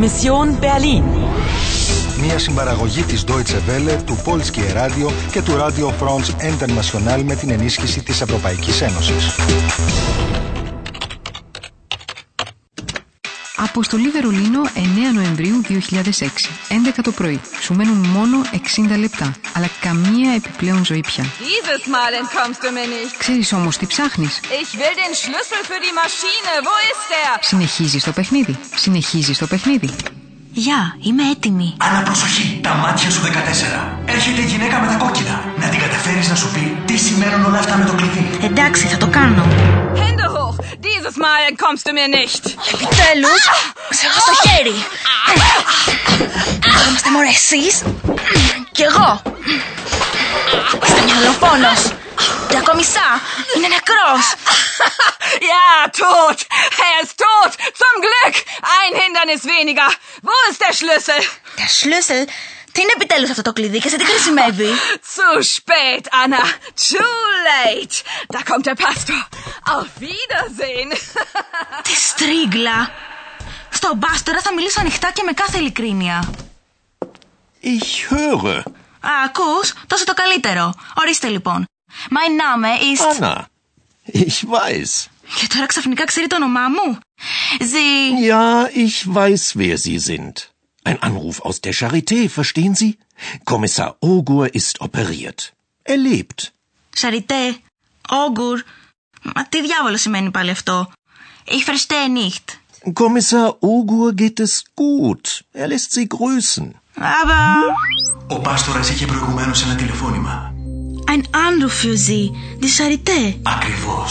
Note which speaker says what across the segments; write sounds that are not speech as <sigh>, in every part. Speaker 1: Mission Berlin.
Speaker 2: Μια συμπαραγωγή της Deutsche Welle, του Polskie Radio και του Radio France International με την ενίσχυση της Ευρωπαϊκής Ένωσης.
Speaker 3: Αποστολή Βερολίνο 9 Νοεμβρίου 2006, 11 το πρωί. Σου μένουν μόνο 60 λεπτά, αλλά καμία επιπλέον ζωή πια.
Speaker 4: Dieses Mal entkommst du mir nicht.
Speaker 3: Ξέρεις όμως τι ψάχνεις.
Speaker 4: Ich will den Schlüssel für die Maschine. Wo ist er?
Speaker 3: Συνεχίζεις το παιχνίδι. Συνεχίζεις το παιχνίδι.
Speaker 5: Γεια, είμαι έτοιμη.
Speaker 6: Αλλά προσοχή, τα μάτια σου 14. Έρχεται η γυναίκα με τα κόκκινα. Να την καταφέρεις να σου πει τι σημαίνουν όλα αυτά με το κλειδί.
Speaker 5: Εντάξει, θα το κάνω.
Speaker 4: Hände hoch. Dieses Mal entkommst du mir nicht.
Speaker 5: Επιτέλους, ξέχασα το χέρι. Είμαστε μόνο εσείς και εγώ. Είστε μια δολοφόνος. Και ακόμη σά, είναι νεκρός.
Speaker 4: Ja, tot. Er ist tot. Zum Glück. Ein Hindernis weniger. Wo ist der Schlüssel?
Speaker 5: Der Schlüssel, τι είναι επιτέλους αυτό το κλειδί και σε τι χρησιμεύει.
Speaker 4: Zu spät, Anna. Too late. Da kommt der Pastor. Auf Wiedersehen. <laughs>
Speaker 5: Τι στρίγκλα. Στον Μπάστορα θα μιλήσω ανοιχτά και με κάθε ειλικρίνεια.
Speaker 7: Ich höre.
Speaker 5: Α, ακούς, τόσο το καλύτερο. Ορίστε λοιπόν. My name is...
Speaker 7: Anna. Ich weiß.
Speaker 5: Και τώρα ξαφνικά ξέρει το όνομά μου. Ζη...
Speaker 7: Ja, ich weiß, wer Sie sind. Ein Anruf aus der Charité, verstehen Sie? Kommissar Ogur ist operiert. Er lebt.
Speaker 5: Σαριτέ, όγκουρ. Μα τι διάβολο σημαίνει πάλι αυτό. Ich verstehe nicht.
Speaker 7: Kommissar Ogur geht es gut. Er lässt Sie grüßen.
Speaker 5: Aber...
Speaker 6: Ο Πάστορας είχε προηγουμένως ένα τηλεφώνημα.
Speaker 5: Ein Anruf für Sie. Die Charité.
Speaker 6: Ακριβώς.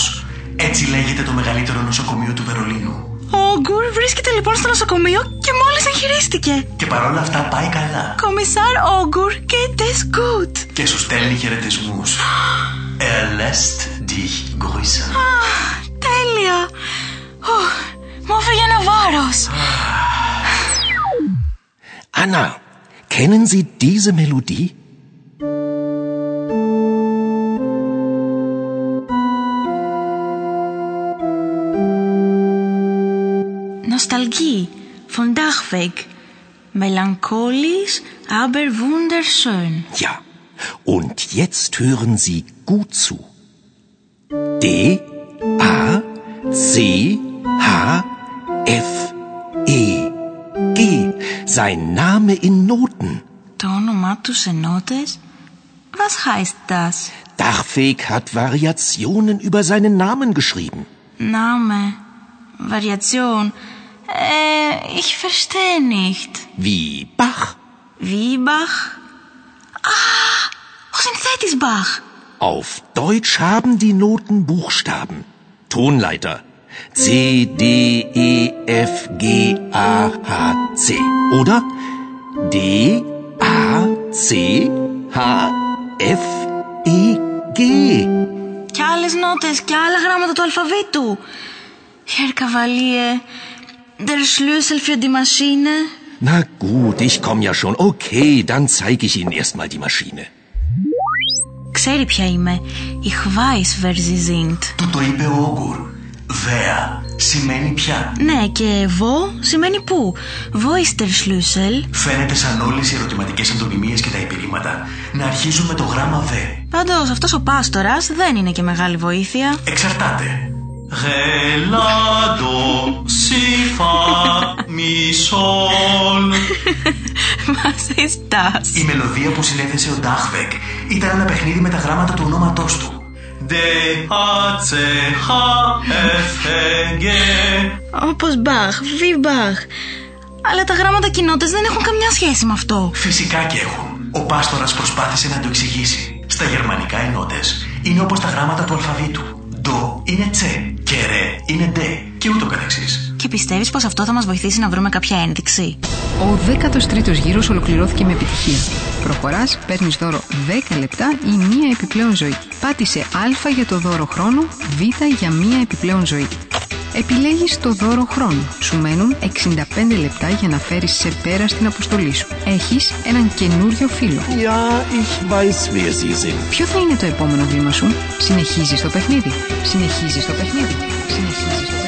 Speaker 6: Έτσι λέγεται το μεγαλύτερο νοσοκομείο του Βερολίνου.
Speaker 5: Ο Όγκουρ βρίσκεται λοιπόν στο νοσοκομείο και μόλις εγχειρίστηκε.
Speaker 6: Και παρόλα αυτά πάει καλά.
Speaker 5: Kommissar Όγκουρ geht es gut.
Speaker 6: Και σου στέλνει χαιρετισμούς. Er lässt dich grüßen.
Speaker 5: Τέλεια. Ου, Μου έφυγε ένα βάρος.
Speaker 7: Anna, kennen Sie diese Melodie?
Speaker 5: Νοσταλγή. Von Dachweg. Melancholisch, aber wunderschön.
Speaker 7: Ja. Und jetzt hören Sie gut zu. D A C H F E G. Sein Name in Noten.
Speaker 5: Το όνομά του σε νότες. Was heißt das?
Speaker 7: Dachfeg hat Variationen über seinen Namen geschrieben.
Speaker 5: Name. Variation. Äh, ich verstehe nicht.
Speaker 7: Wie Bach.
Speaker 5: Wie Bach? Ah, ο συνθέτης Bach.
Speaker 7: Auf Deutsch haben die Noten Buchstaben. Tonleiter. C, D, E, F, G, A, H, C. Oder? D, A, C, H, F, E, G.
Speaker 5: Και άλλες νότες και άλλα γράμματα του αλφαβήτου. Herr Kavalier, der Schlüssel für die Maschine.
Speaker 7: Na gut, ich komm ja schon. Okay, dann zeige ich Ihnen erstmal die Maschine.
Speaker 5: Ξέρει ποια είμαι. Ich weiß, wer sie sind.
Speaker 6: Του το είπε ο Όγκουρ. Δέα σημαίνει πια.
Speaker 5: Ναι, και wo σημαίνει πού. Wo ist der Schlüssel?
Speaker 6: Φαίνεται σαν όλες οι ερωτηματικές αντωνυμίες και τα επιρρήματα να αρχίζουν με το γράμμα δε.
Speaker 5: Πάντως, αυτός ο πάστορας δεν είναι και μεγάλη βοήθεια. <laughs>
Speaker 6: Εξαρτάται. Γελάντο, σιφα, μισόλ.
Speaker 5: Was ist das?
Speaker 6: Η μελωδία που συνέθεσε ο Ντάχβεκ ήταν ένα παιχνίδι με τα γράμματα του ονόματός του. Δε, α, τσε, χα, εφ, ε, γε.
Speaker 5: Όπως Μπαχ, Βι Μπαχ. Αλλά τα γράμματα κοινότητας δεν έχουν καμιά σχέση με αυτό.
Speaker 6: Φυσικά και έχουν. Ο πάστορας προσπάθησε να το εξηγήσει. Στα γερμανικά οι νότες είναι όπως τα γράμματα του αλφαβήτου. Ντο είναι τσε και ρε είναι ντε και ούτω καθεξής.
Speaker 5: Και πιστεύεις πως αυτό θα μας βοηθήσει να βρούμε κάποια ένδειξη.
Speaker 3: Ο 13ο γύρος ολοκληρώθηκε με επιτυχία. Προχωράς, παίρνεις δώρο 10 λεπτά ή μία επιπλέον ζωή. Πάτησε Α για το δώρο χρόνο, Β για μία επιπλέον ζωή. Επιλέγεις το δώρο χρόνο. Σου μένουν 65 λεπτά για να φέρεις σε πέρα στην αποστολή σου. Έχεις έναν καινούριο φίλο.
Speaker 7: Ja, ich weiß, wer Sie sind.
Speaker 3: Ποιο θα είναι το επόμενο βήμα σου? Συνεχίζεις το παιχνίδι. Συνεχίζεις το παιχνίδι. Συνεχίζεις το παιχνίδι.